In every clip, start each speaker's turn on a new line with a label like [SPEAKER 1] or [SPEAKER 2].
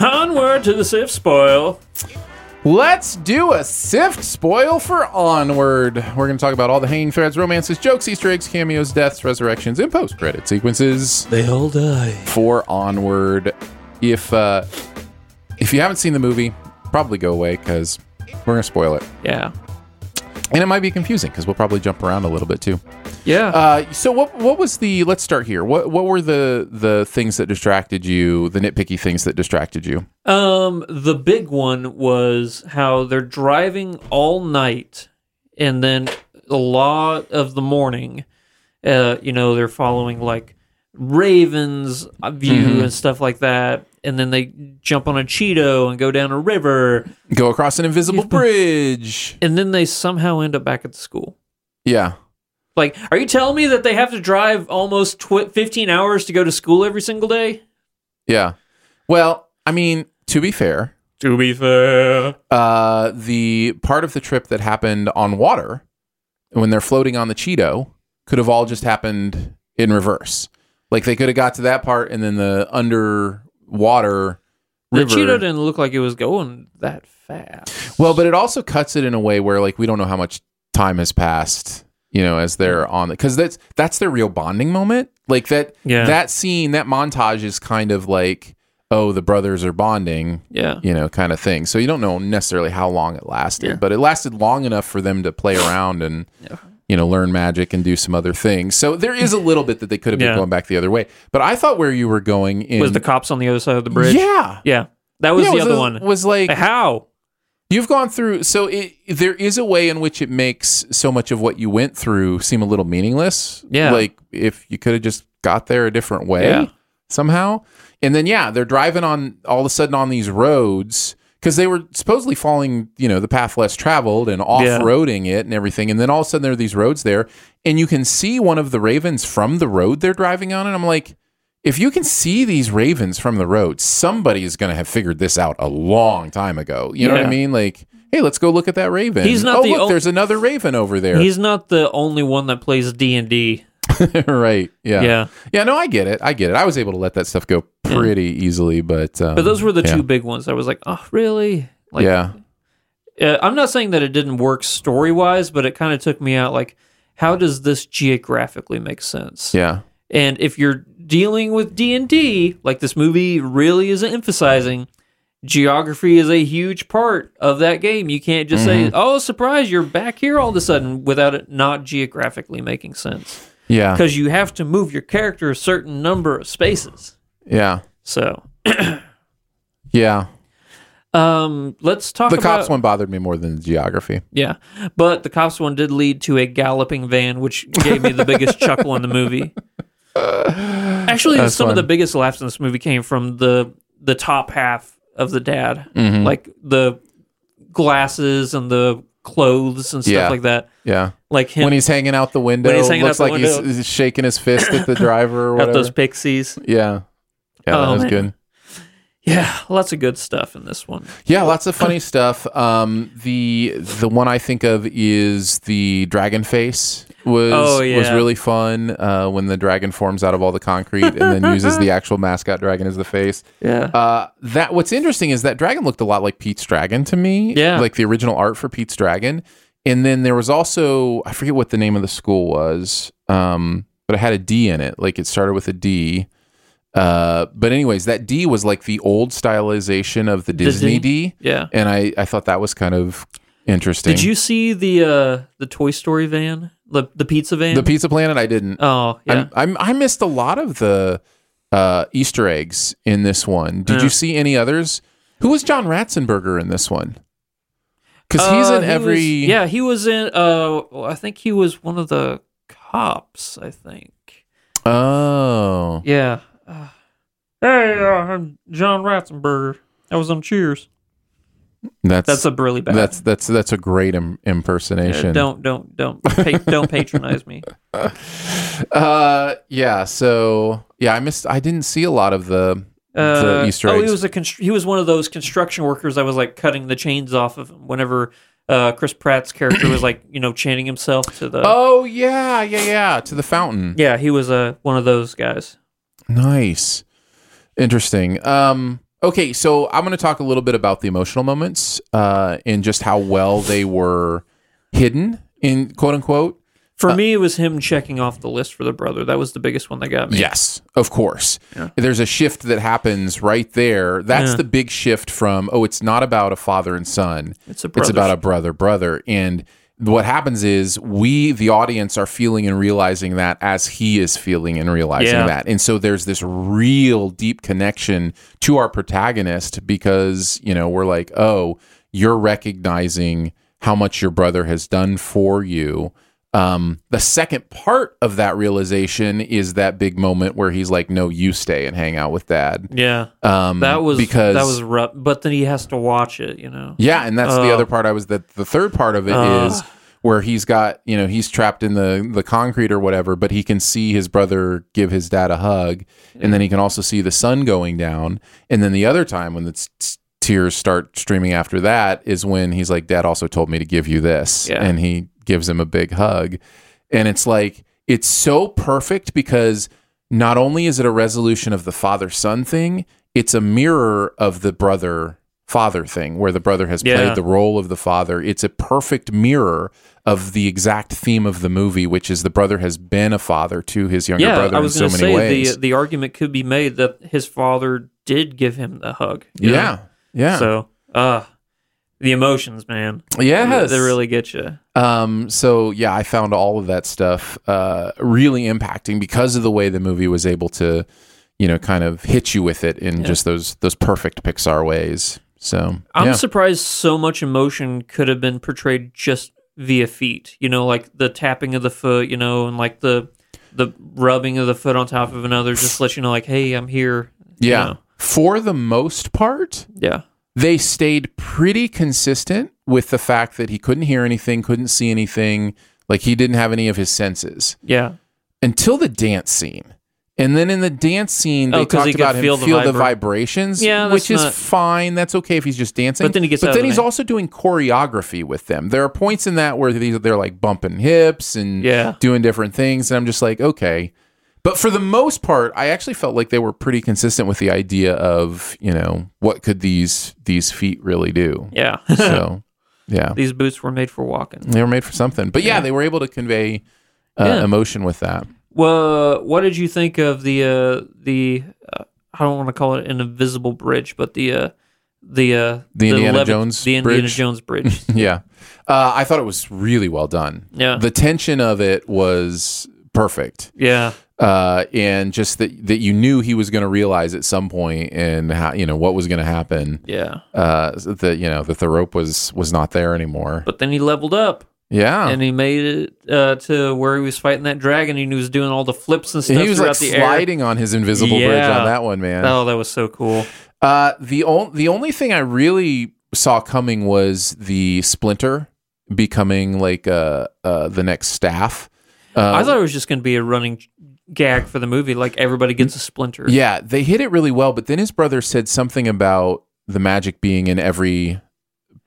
[SPEAKER 1] Onward to the Sif spoil.
[SPEAKER 2] Let's do a sift spoil for Onward. We're going to talk about all the hanging threads, romances, jokes, Easter eggs, cameos, deaths, resurrections, and post credit sequences
[SPEAKER 1] They all die.
[SPEAKER 2] for Onward. If uh, if you haven't seen the movie, probably go away because we're going to spoil it,
[SPEAKER 1] Yeah.
[SPEAKER 2] and it might be confusing because we'll probably jump around a little bit too.
[SPEAKER 1] Yeah.
[SPEAKER 2] Uh, so what what was the? Let's start here. What what were the the things that distracted you? The nitpicky things that distracted you?
[SPEAKER 1] Um, the big one was how they're driving all night, and then a lot of the morning, uh, you know, they're following like Ravens uh, view and stuff like that, and then they jump on a Cheeto and go down a river,
[SPEAKER 2] Go across an invisible bridge.
[SPEAKER 1] and then they somehow end up back at the school.
[SPEAKER 2] Yeah.
[SPEAKER 1] Like, are you telling me that they have to drive almost tw- 15 hours to go to school every single day?
[SPEAKER 2] Yeah. Well, I mean, to be fair,
[SPEAKER 1] To be fair.
[SPEAKER 2] uh, the part of the trip that happened on water, when they're floating on the Cheeto, could have all just happened in reverse. Like they could have got to that part, and then the underwater
[SPEAKER 1] The
[SPEAKER 2] river.
[SPEAKER 1] Cheeto didn't look like it was going that fast.
[SPEAKER 2] well, but it also cuts it in a way where like we don't know how much time has passed. You know, as they're on the because that's that's their real bonding moment. Like that
[SPEAKER 1] Yeah.
[SPEAKER 2] that scene, that montage is kind of like oh the brothers are bonding
[SPEAKER 1] Yeah.
[SPEAKER 2] you know, kind of thing. So you don't know necessarily how long it lasted, but it lasted long enough for them to play around and you know learn magic and do some other things. So there is a little bit that they could have been
[SPEAKER 1] Yeah.
[SPEAKER 2] going back the other way. But I thought where you were going in
[SPEAKER 1] was the cops on the other side of the bridge.
[SPEAKER 2] Yeah,
[SPEAKER 1] Yeah. That was
[SPEAKER 2] Yeah,
[SPEAKER 1] the
[SPEAKER 2] it
[SPEAKER 1] other
[SPEAKER 2] a-
[SPEAKER 1] one.
[SPEAKER 2] was like
[SPEAKER 1] How?
[SPEAKER 2] you've gone through. So it, there is a way in which it makes so much of what you went through seem a little meaningless.
[SPEAKER 1] Yeah.
[SPEAKER 2] like if you could have just got there a different way
[SPEAKER 1] Yeah.
[SPEAKER 2] somehow. And then yeah, they're driving on all of a sudden on these roads because they were supposedly following you know the path less traveled and off-roading it and everything. And then all of a sudden there are these roads there, and you can see one of the ravens from the road they're driving on, and I'm like. If you can see these ravens from the road, somebody is going to have figured this out a long time ago. You know what I
[SPEAKER 1] Yeah.
[SPEAKER 2] mean? Like, hey, let's go look at that raven.
[SPEAKER 1] He's not
[SPEAKER 2] oh,
[SPEAKER 1] the
[SPEAKER 2] look,
[SPEAKER 1] on-
[SPEAKER 2] there's another raven over there.
[SPEAKER 1] He's not the only one that plays D and D.
[SPEAKER 2] right. Yeah.
[SPEAKER 1] Yeah. Hmm.
[SPEAKER 2] Yeah, no, I get it. I get it. I was able to let that stuff go pretty easily, but um,
[SPEAKER 1] But those were the
[SPEAKER 2] yeah.
[SPEAKER 1] two big ones. I was like, oh, really? Like,
[SPEAKER 2] yeah,
[SPEAKER 1] uh, I'm not saying that it didn't work story wise, but it kind of took me out. Like, how does this geographically make sense?
[SPEAKER 2] yeah,
[SPEAKER 1] And if you're dealing with D and D, like this movie really is emphasizing, geography is a huge part of that game. You can't just say,
[SPEAKER 2] Mm-hmm.
[SPEAKER 1] "Oh, surprise, you're back here all of a sudden," without it not geographically making sense.
[SPEAKER 2] yeah,
[SPEAKER 1] Because you have to move your character a certain number of spaces.
[SPEAKER 2] yeah,
[SPEAKER 1] So,
[SPEAKER 2] yeah.
[SPEAKER 1] um, let's talk
[SPEAKER 2] The
[SPEAKER 1] about
[SPEAKER 2] cops one bothered me more than the geography.
[SPEAKER 1] Yeah, but the cops one did lead to a galloping van, which gave me the biggest chuckle in the movie. Actually, some of the biggest laughs in this movie came from the
[SPEAKER 2] Mm-hmm.
[SPEAKER 1] the top half of the dad, like the glasses and the clothes and stuff
[SPEAKER 2] Yeah.
[SPEAKER 1] like that.
[SPEAKER 2] Yeah.
[SPEAKER 1] Like him
[SPEAKER 2] When he's hanging out the window,
[SPEAKER 1] When he's hanging
[SPEAKER 2] looks
[SPEAKER 1] out the
[SPEAKER 2] like
[SPEAKER 1] window.
[SPEAKER 2] He's, he's shaking his fist at the driver or
[SPEAKER 1] got
[SPEAKER 2] whatever.
[SPEAKER 1] those pixies.
[SPEAKER 2] yeah. Yeah, that
[SPEAKER 1] Oh,
[SPEAKER 2] was
[SPEAKER 1] man.
[SPEAKER 2] good.
[SPEAKER 1] Yeah, lots of good stuff in this one.
[SPEAKER 2] Yeah, lots of funny stuff. Um, the the one I think of is the dragon face was
[SPEAKER 1] Oh,
[SPEAKER 2] was
[SPEAKER 1] yeah.
[SPEAKER 2] really fun uh, when the dragon forms out of all the concrete and then uses the actual mascot dragon as the face.
[SPEAKER 1] Yeah.
[SPEAKER 2] Uh, that what's interesting is that dragon looked a lot like Pete's dragon to me.
[SPEAKER 1] Yeah.
[SPEAKER 2] like the original art for Pete's dragon. And then there was also I forget what the name of the school was, um, but it had a D in it. Like it started with a D. Uh, but anyways, that D was like the old stylization of the
[SPEAKER 1] Disney?
[SPEAKER 2] Disney, D,
[SPEAKER 1] yeah.
[SPEAKER 2] and I I thought that was kind of interesting.
[SPEAKER 1] Did you see the uh the Toy Story van? The the pizza van?
[SPEAKER 2] the Pizza Planet? I didn't.
[SPEAKER 1] Oh, yeah.
[SPEAKER 2] I'm, I'm, I missed a lot of the uh, Easter eggs in this one. Did
[SPEAKER 1] Yeah.
[SPEAKER 2] you see any others? Who was John Ratzenberger in this one? Because he's
[SPEAKER 1] Uh,
[SPEAKER 2] in
[SPEAKER 1] he
[SPEAKER 2] every.
[SPEAKER 1] was- yeah, he was in uh I think he was one of the cops, I think.
[SPEAKER 2] Oh.
[SPEAKER 1] Yeah. Uh, hey, uh, I'm John Ratzenberger. I was on Cheers.
[SPEAKER 2] That's
[SPEAKER 1] That's
[SPEAKER 2] that's
[SPEAKER 1] a
[SPEAKER 2] a
[SPEAKER 1] really bad.
[SPEAKER 2] that's that's that's a great Im-
[SPEAKER 1] Yeah,
[SPEAKER 2] impersonation.
[SPEAKER 1] don't don't don't pa- don't patronize me.
[SPEAKER 2] Uh, yeah. So yeah, I missed. I didn't see a lot of the
[SPEAKER 1] Uh,
[SPEAKER 2] the Easter
[SPEAKER 1] oh,
[SPEAKER 2] eggs.
[SPEAKER 1] he was a constr- he was one of those construction workers that was like cutting the chains off of him whenever uh, Chris Pratt's character was like you know chaining himself to the.
[SPEAKER 2] oh yeah, yeah, yeah. To the fountain.
[SPEAKER 1] Yeah, he was uh, one of those guys.
[SPEAKER 2] Nice. Interesting. Um, okay, so I'm going to talk a little bit about the emotional moments uh, and just how well they were hidden in quote unquote.
[SPEAKER 1] For
[SPEAKER 2] Uh.
[SPEAKER 1] me, it was him checking off the list for the brother. That was the biggest one that got me.
[SPEAKER 2] Yes, of course. There's a shift that happens right there. That's
[SPEAKER 1] Yeah.
[SPEAKER 2] the big shift from, oh, it's not about a father and son.
[SPEAKER 1] It's a
[SPEAKER 2] It's about
[SPEAKER 1] brothership.
[SPEAKER 2] a brother, brother. And what happens is we, the audience, are feeling and realizing that as he is feeling and realizing
[SPEAKER 1] Yeah.
[SPEAKER 2] that. And so there's this real deep connection to our protagonist because, you know, we're like, oh, you're recognizing how much your brother has done for you. Um, the second part of that realization is that big moment where he's like, no, you stay and hang out with dad.
[SPEAKER 1] Yeah,
[SPEAKER 2] Um,
[SPEAKER 1] that was
[SPEAKER 2] because
[SPEAKER 1] that was rough. But then he has to watch it. You know.
[SPEAKER 2] yeah, and that's the
[SPEAKER 1] Oh.
[SPEAKER 2] other part. I was that the third part of it is
[SPEAKER 1] Ugh.
[SPEAKER 2] where he's got you know he's trapped in the the concrete or whatever, but he can see his brother give his dad a hug, and then he can also see the sun going down. And then the other time when the t- t- tears start streaming after that is when he's like, "Dad also told me to give you this,"
[SPEAKER 1] Yeah.
[SPEAKER 2] and he gives him a big hug, and it's like it's so perfect because not only is it a resolution of the father son thing, it's a mirror of the brother father thing where the brother has
[SPEAKER 1] Yeah.
[SPEAKER 2] played the role of the father. It's a perfect mirror of the exact theme of the movie, which is the brother has been a father to his younger
[SPEAKER 1] Yeah,
[SPEAKER 2] brother
[SPEAKER 1] I was
[SPEAKER 2] in
[SPEAKER 1] going
[SPEAKER 2] so
[SPEAKER 1] to say
[SPEAKER 2] many ways.
[SPEAKER 1] the uh, the argument could be made that his father did give him the hug. you know?
[SPEAKER 2] yeah. Yeah.
[SPEAKER 1] So, uh the emotions, man.
[SPEAKER 2] Yes.
[SPEAKER 1] They, they really get you.
[SPEAKER 2] Um, so yeah, I found all of that stuff uh, really impacting because of the way the movie was able to, you know, kind of hit you with it in just those those perfect Pixar ways. So
[SPEAKER 1] I'm
[SPEAKER 2] yeah.
[SPEAKER 1] surprised so much emotion could have been portrayed just via feet. You know, like the tapping of the foot. You know, and like the the rubbing of the foot on top of another, just let you know, like, hey, I'm here. you
[SPEAKER 2] yeah.
[SPEAKER 1] know?
[SPEAKER 2] For the most part,
[SPEAKER 1] yeah.
[SPEAKER 2] they stayed pretty consistent with the fact that he couldn't hear anything, couldn't see anything, like he didn't have any of his senses
[SPEAKER 1] Yeah.
[SPEAKER 2] until the dance scene. And then in the dance scene, they
[SPEAKER 1] Oh, 'cause
[SPEAKER 2] talked
[SPEAKER 1] he could
[SPEAKER 2] about him feel
[SPEAKER 1] feel
[SPEAKER 2] the,
[SPEAKER 1] the vibra-
[SPEAKER 2] vibrations,
[SPEAKER 1] Yeah, that's
[SPEAKER 2] which is
[SPEAKER 1] not-
[SPEAKER 2] fine. That's okay if he's just dancing.
[SPEAKER 1] But then he gets
[SPEAKER 2] But
[SPEAKER 1] out of
[SPEAKER 2] then
[SPEAKER 1] the
[SPEAKER 2] he's
[SPEAKER 1] name.
[SPEAKER 2] also doing choreography with them. There are points in that where these they're like bumping hips and
[SPEAKER 1] Yeah.
[SPEAKER 2] doing different things, and I'm just like, okay. But for the most part, I actually felt like they were pretty consistent with the idea of you know what could these these feet really do.
[SPEAKER 1] Yeah.
[SPEAKER 2] So, yeah,
[SPEAKER 1] These boots were made for walking.
[SPEAKER 2] they were made for something. But yeah, they were able to convey uh,
[SPEAKER 1] Yeah.
[SPEAKER 2] emotion with that.
[SPEAKER 1] Well, what did you think of the uh, the uh, I don't want to call it an invisible bridge, but the uh, the uh,
[SPEAKER 2] The Indiana
[SPEAKER 1] Levi-
[SPEAKER 2] Jones
[SPEAKER 1] the Indiana
[SPEAKER 2] bridge?
[SPEAKER 1] Jones bridge.
[SPEAKER 2] Yeah. Uh, I thought it was really well done.
[SPEAKER 1] Yeah.
[SPEAKER 2] The tension of it was perfect.
[SPEAKER 1] yeah,
[SPEAKER 2] Uh, and just that, that you knew he was going to realize at some point and how, you know, what was going to happen.
[SPEAKER 1] yeah.
[SPEAKER 2] Uh, that, you know, that the rope was, was not there anymore.
[SPEAKER 1] But then he leveled up
[SPEAKER 2] yeah.
[SPEAKER 1] and he made it uh, to where he was fighting that dragon. and He was doing all the flips and stuff
[SPEAKER 2] he was
[SPEAKER 1] throughout
[SPEAKER 2] like
[SPEAKER 1] the
[SPEAKER 2] sliding on his invisible bridge
[SPEAKER 1] Yeah.
[SPEAKER 2] on that one, man.
[SPEAKER 1] air. Oh, that was so cool.
[SPEAKER 2] Uh, the only the only thing I really saw coming was the splinter becoming like uh, uh, the next staff. Um,
[SPEAKER 1] I thought it was just going to be a running gag for the movie, like everybody gets a splinter.
[SPEAKER 2] yeah, they hit it really well, but then his brother said something about the magic being in every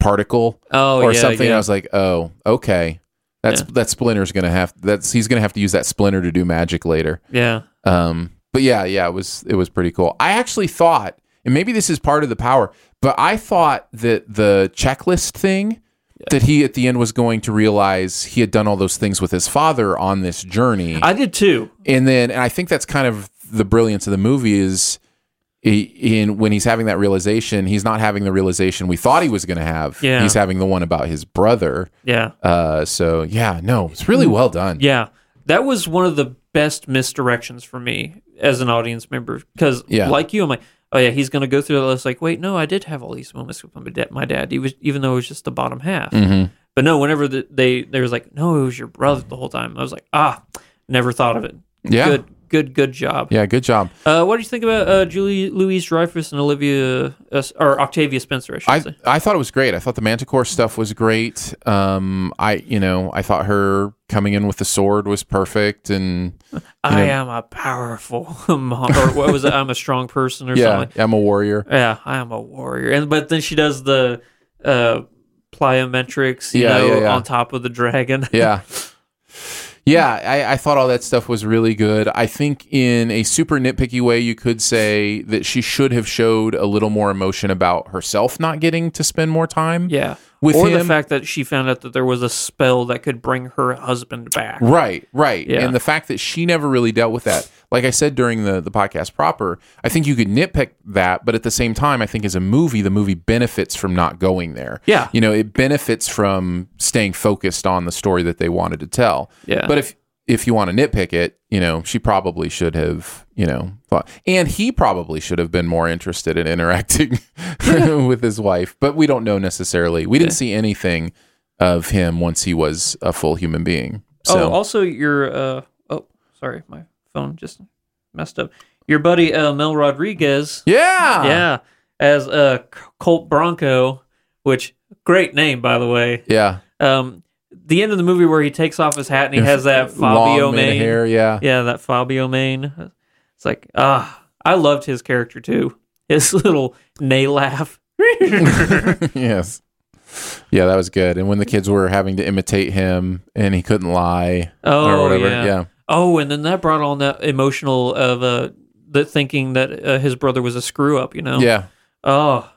[SPEAKER 2] particle
[SPEAKER 1] Oh,
[SPEAKER 2] or
[SPEAKER 1] yeah,
[SPEAKER 2] something.
[SPEAKER 1] yeah.
[SPEAKER 2] I was like, oh, okay. That's that splinter's gonna have that's he's gonna have to use that splinter to do magic later.
[SPEAKER 1] yeah.
[SPEAKER 2] Um, but yeah, yeah, it was it was pretty cool. I actually thought, and maybe this is part of the power, but I thought that the checklist thing that he at the end was going to realize he had done all those things with his father on this journey,
[SPEAKER 1] I did too.
[SPEAKER 2] and then and I think that's kind of the brilliance of the movie is. He, in when he's having that realization, he's not having the realization we thought he was going to have.
[SPEAKER 1] Yeah.
[SPEAKER 2] He's having the one about his brother.
[SPEAKER 1] Yeah.
[SPEAKER 2] Uh, so yeah, no, it's really well done.
[SPEAKER 1] Mm-hmm. Yeah. That was one of the best misdirections for me as an audience member. Because,
[SPEAKER 2] Yeah.
[SPEAKER 1] like you, I'm like, oh, yeah, he's going to go through all this. Like, wait, no, I did have all these moments with my dad, my dad he was, even though it was just the bottom half.
[SPEAKER 2] Mm-hmm.
[SPEAKER 1] But no, whenever the, they, they was like, no, it was your brother the whole time. I was like, ah, never thought of it.
[SPEAKER 2] Yeah.
[SPEAKER 1] Good, good, good job.
[SPEAKER 2] Yeah, good job.
[SPEAKER 1] Uh, what do you think about uh, Julie Louise Dreyfus and Olivia uh, or Octavia Spencer? I should
[SPEAKER 2] I,
[SPEAKER 1] say.
[SPEAKER 2] I thought it was great. I thought the Manticore stuff was great. Um, I you know I thought her coming in with the sword was perfect, and
[SPEAKER 1] I am a powerful mom, or what was it? I'm a strong person, or
[SPEAKER 2] yeah,
[SPEAKER 1] something.
[SPEAKER 2] I'm a warrior.
[SPEAKER 1] Yeah, I am a warrior. And but then she does the uh, plyometrics, you
[SPEAKER 2] Yeah,
[SPEAKER 1] know,
[SPEAKER 2] yeah, yeah.
[SPEAKER 1] on top of the dragon.
[SPEAKER 2] Yeah, yeah. I, I thought all that stuff was really good. I think in a super nitpicky way, you could say that she should have showed a little more emotion about herself not getting to spend more time.
[SPEAKER 1] yeah.
[SPEAKER 2] With
[SPEAKER 1] or the
[SPEAKER 2] him-
[SPEAKER 1] fact that she found out that there was a spell that could bring her husband back.
[SPEAKER 2] Right, right.
[SPEAKER 1] Yeah.
[SPEAKER 2] And the fact that she never really dealt with that. Like I said during the, the podcast proper, I think you could nitpick that, but at the same time, I think as a movie, the movie benefits from not going there.
[SPEAKER 1] Yeah.
[SPEAKER 2] You know, it benefits from staying focused on the story that they wanted to tell.
[SPEAKER 1] Yeah.
[SPEAKER 2] But if if you want to nitpick it, you know, she probably should have, you know, thought and he probably should have been more interested in interacting with his wife. But we don't know necessarily. We didn't see anything of him once he was a full human being. So
[SPEAKER 1] Oh, also your uh oh, sorry, my phone just messed up. Your buddy uh, Mel Rodriguez.
[SPEAKER 2] Yeah.
[SPEAKER 1] Yeah, as uh, C- Colt Bronco, which great name by the way.
[SPEAKER 2] Yeah.
[SPEAKER 1] Um, the end of the movie where he takes off his hat and he has that Fabio
[SPEAKER 2] Long mane
[SPEAKER 1] mane.
[SPEAKER 2] hair. Yeah.
[SPEAKER 1] Yeah, that Fabio mane. It's like ah, I loved his character too. His little nay laugh.
[SPEAKER 2] yes. Yeah, that was good. And when the kids were having to imitate him and he couldn't lie
[SPEAKER 1] Oh
[SPEAKER 2] or whatever.
[SPEAKER 1] yeah.
[SPEAKER 2] Yeah.
[SPEAKER 1] Oh, and then that brought on that emotional of uh, the thinking that uh, his brother was a screw up. You know.
[SPEAKER 2] Yeah.
[SPEAKER 1] Oh,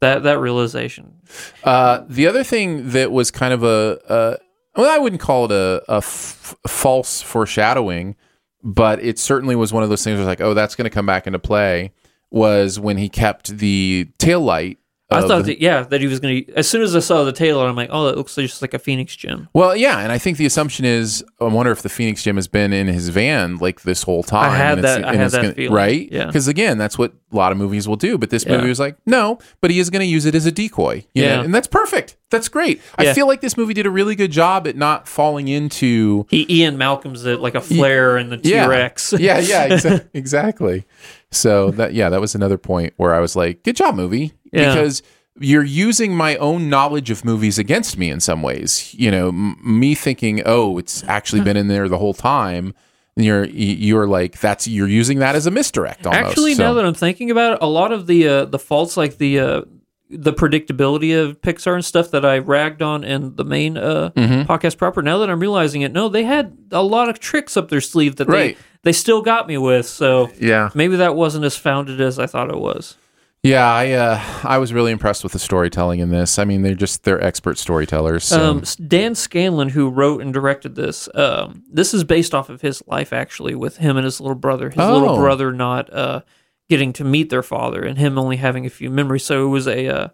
[SPEAKER 1] that that realization.
[SPEAKER 2] Uh, the other thing that was kind of a, a well, I wouldn't call it a, a f- false foreshadowing, but it certainly was one of those things where it's like, oh, that's going to come back into play was when he kept the tail light.
[SPEAKER 1] I
[SPEAKER 2] of
[SPEAKER 1] thought
[SPEAKER 2] the-
[SPEAKER 1] that yeah that he was gonna. As soon as I saw the tail, I'm like, oh, that looks just like a phoenix gem.
[SPEAKER 2] Well, yeah, and I think the assumption is, I wonder if the Phoenix Gym has been in his van like this whole time.
[SPEAKER 1] had
[SPEAKER 2] and it's-
[SPEAKER 1] that- I
[SPEAKER 2] and
[SPEAKER 1] had
[SPEAKER 2] it's
[SPEAKER 1] that
[SPEAKER 2] gonna-
[SPEAKER 1] feeling.
[SPEAKER 2] right?
[SPEAKER 1] Yeah.
[SPEAKER 2] because again, that's what a lot of movies will do. But this
[SPEAKER 1] Yeah.
[SPEAKER 2] movie was like, no, but he is going to use it as a decoy. you
[SPEAKER 1] Yeah.
[SPEAKER 2] know? and that's perfect. That's great.
[SPEAKER 1] Yeah.
[SPEAKER 2] I feel like this movie did a really good job at not falling into.
[SPEAKER 1] He Ian Malcolm's it like a flare and the T
[SPEAKER 2] Yeah.
[SPEAKER 1] Rex.
[SPEAKER 2] yeah, yeah, exa- exactly. So that yeah, that was another point where I was like, good job, movie,
[SPEAKER 1] Yeah.
[SPEAKER 2] because you're using my own knowledge of movies against me in some ways. You know, m- me thinking, oh, it's actually been in there the whole time. And you're y- you're like that's you're using that as a misdirect almost.
[SPEAKER 1] Actually,
[SPEAKER 2] So-
[SPEAKER 1] now that I'm thinking about it, a lot of the uh, the faults like the uh, the predictability of Pixar and stuff that I ragged on in the main uh,
[SPEAKER 2] Mm-hmm.
[SPEAKER 1] podcast proper. Now that I'm realizing it, no, they had a lot of tricks up their sleeve that
[SPEAKER 2] Right.
[SPEAKER 1] they they still got me with. So
[SPEAKER 2] yeah,
[SPEAKER 1] maybe that wasn't as founded as I thought it was.
[SPEAKER 2] yeah, I uh, I was really impressed with the storytelling in this. I mean, they're just they're expert storytellers. so-
[SPEAKER 1] Um, S- Dan Scanlon, who wrote and directed this, um, this is based off of his life actually, with him and his little brother. His little
[SPEAKER 2] Oh.
[SPEAKER 1] brother not uh, getting to meet their father, and him only having a few memories. So it was a uh,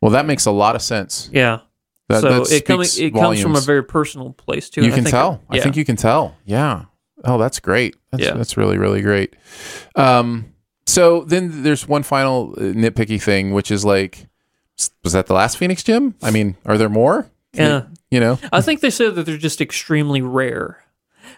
[SPEAKER 2] well, that makes a lot of sense.
[SPEAKER 1] yeah.
[SPEAKER 2] That-
[SPEAKER 1] so
[SPEAKER 2] that
[SPEAKER 1] it coming
[SPEAKER 2] speaks
[SPEAKER 1] it comes from a
[SPEAKER 2] volumes.
[SPEAKER 1] very personal place too.
[SPEAKER 2] You
[SPEAKER 1] and I
[SPEAKER 2] can
[SPEAKER 1] think-
[SPEAKER 2] tell.
[SPEAKER 1] yeah.
[SPEAKER 2] I think you can tell. Yeah. Oh, that's great. That's,
[SPEAKER 1] Yeah.
[SPEAKER 2] that's really, really great. Um, so then there's one final uh, nitpicky thing, which is like, s- was that the last Phoenix Gym? I mean, are there more? Can
[SPEAKER 1] Yeah.
[SPEAKER 2] You, you know?
[SPEAKER 1] I think they said that they're just extremely rare.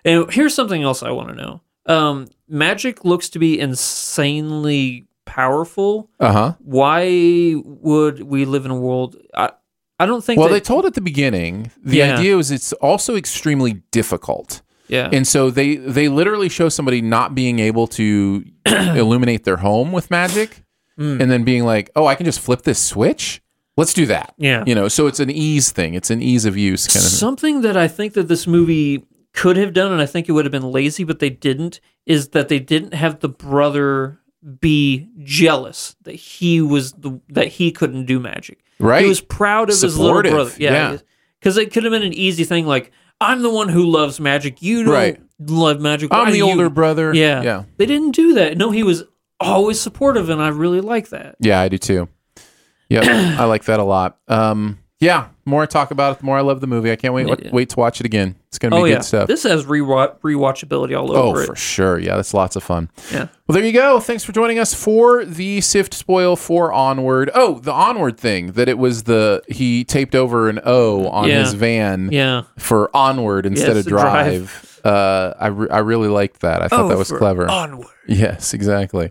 [SPEAKER 1] And here's something else I want to know. Um, magic looks to be insanely powerful.
[SPEAKER 2] Uh huh.
[SPEAKER 1] why would we live in a world I, I don't think.
[SPEAKER 2] Well,
[SPEAKER 1] they,
[SPEAKER 2] they told at the beginning the
[SPEAKER 1] Yeah.
[SPEAKER 2] idea was it's also extremely difficult.
[SPEAKER 1] yeah.
[SPEAKER 2] And so they they literally show somebody not being able to illuminate their home with magic
[SPEAKER 1] Mm.
[SPEAKER 2] and then being like, "Oh, I can just flip this switch? Let's do that."
[SPEAKER 1] Yeah.
[SPEAKER 2] You know, so it's an ease thing. It's an ease of use kind of.
[SPEAKER 1] Something that I think that this movie could have done, and I think it would have been lazy, but they didn't, is that they didn't have the brother be jealous that he was the that he couldn't do magic.
[SPEAKER 2] Right.
[SPEAKER 1] He was proud of his
[SPEAKER 2] Supportive,
[SPEAKER 1] little brother. Yeah.
[SPEAKER 2] yeah.
[SPEAKER 1] Because it could have been an easy thing, like I'm the one who loves magic. You don't
[SPEAKER 2] Right.
[SPEAKER 1] love magic. Why
[SPEAKER 2] I'm the
[SPEAKER 1] do you-"
[SPEAKER 2] older brother.
[SPEAKER 1] Yeah.
[SPEAKER 2] Yeah.
[SPEAKER 1] They didn't do that. No, he was always supportive, and I really like that.
[SPEAKER 2] Yeah, I do too. Yep. I like that a lot. Um yeah, more I talk about it, the more I love the movie. I can't wait wait to watch it again. It's going to be
[SPEAKER 1] oh
[SPEAKER 2] good
[SPEAKER 1] yeah.
[SPEAKER 2] stuff.
[SPEAKER 1] This has rewatch rewatchability all
[SPEAKER 2] Oh,
[SPEAKER 1] over it.
[SPEAKER 2] for sure. Yeah, that's lots of fun.
[SPEAKER 1] Yeah.
[SPEAKER 2] Well, there you go. Thanks for joining us for the Sift Spoil for Onward. Oh, the Onward thing that it was the he taped over an O on
[SPEAKER 1] Yeah.
[SPEAKER 2] his van
[SPEAKER 1] Yeah.
[SPEAKER 2] for Onward instead
[SPEAKER 1] Yes,
[SPEAKER 2] of
[SPEAKER 1] the drive. Oh,
[SPEAKER 2] Drive. Uh, I, re- I really liked that. I thought that was
[SPEAKER 1] Over,
[SPEAKER 2] clever.
[SPEAKER 1] Onward.
[SPEAKER 2] yes, exactly.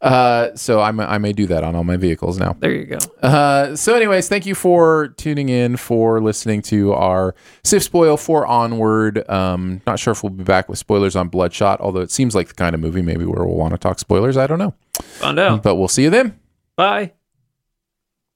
[SPEAKER 2] Uh, so I may- I may do that on all my vehicles now.
[SPEAKER 1] There you go.
[SPEAKER 2] Uh, so, anyways, thank you for tuning in, for listening to our Sif Spoil for Onward. Um, not sure if we'll be back with spoilers on Bloodshot, although it seems like the kind of movie maybe where we'll want to talk spoilers. I don't know.
[SPEAKER 1] Find out.
[SPEAKER 2] But we'll see you then.
[SPEAKER 1] Bye.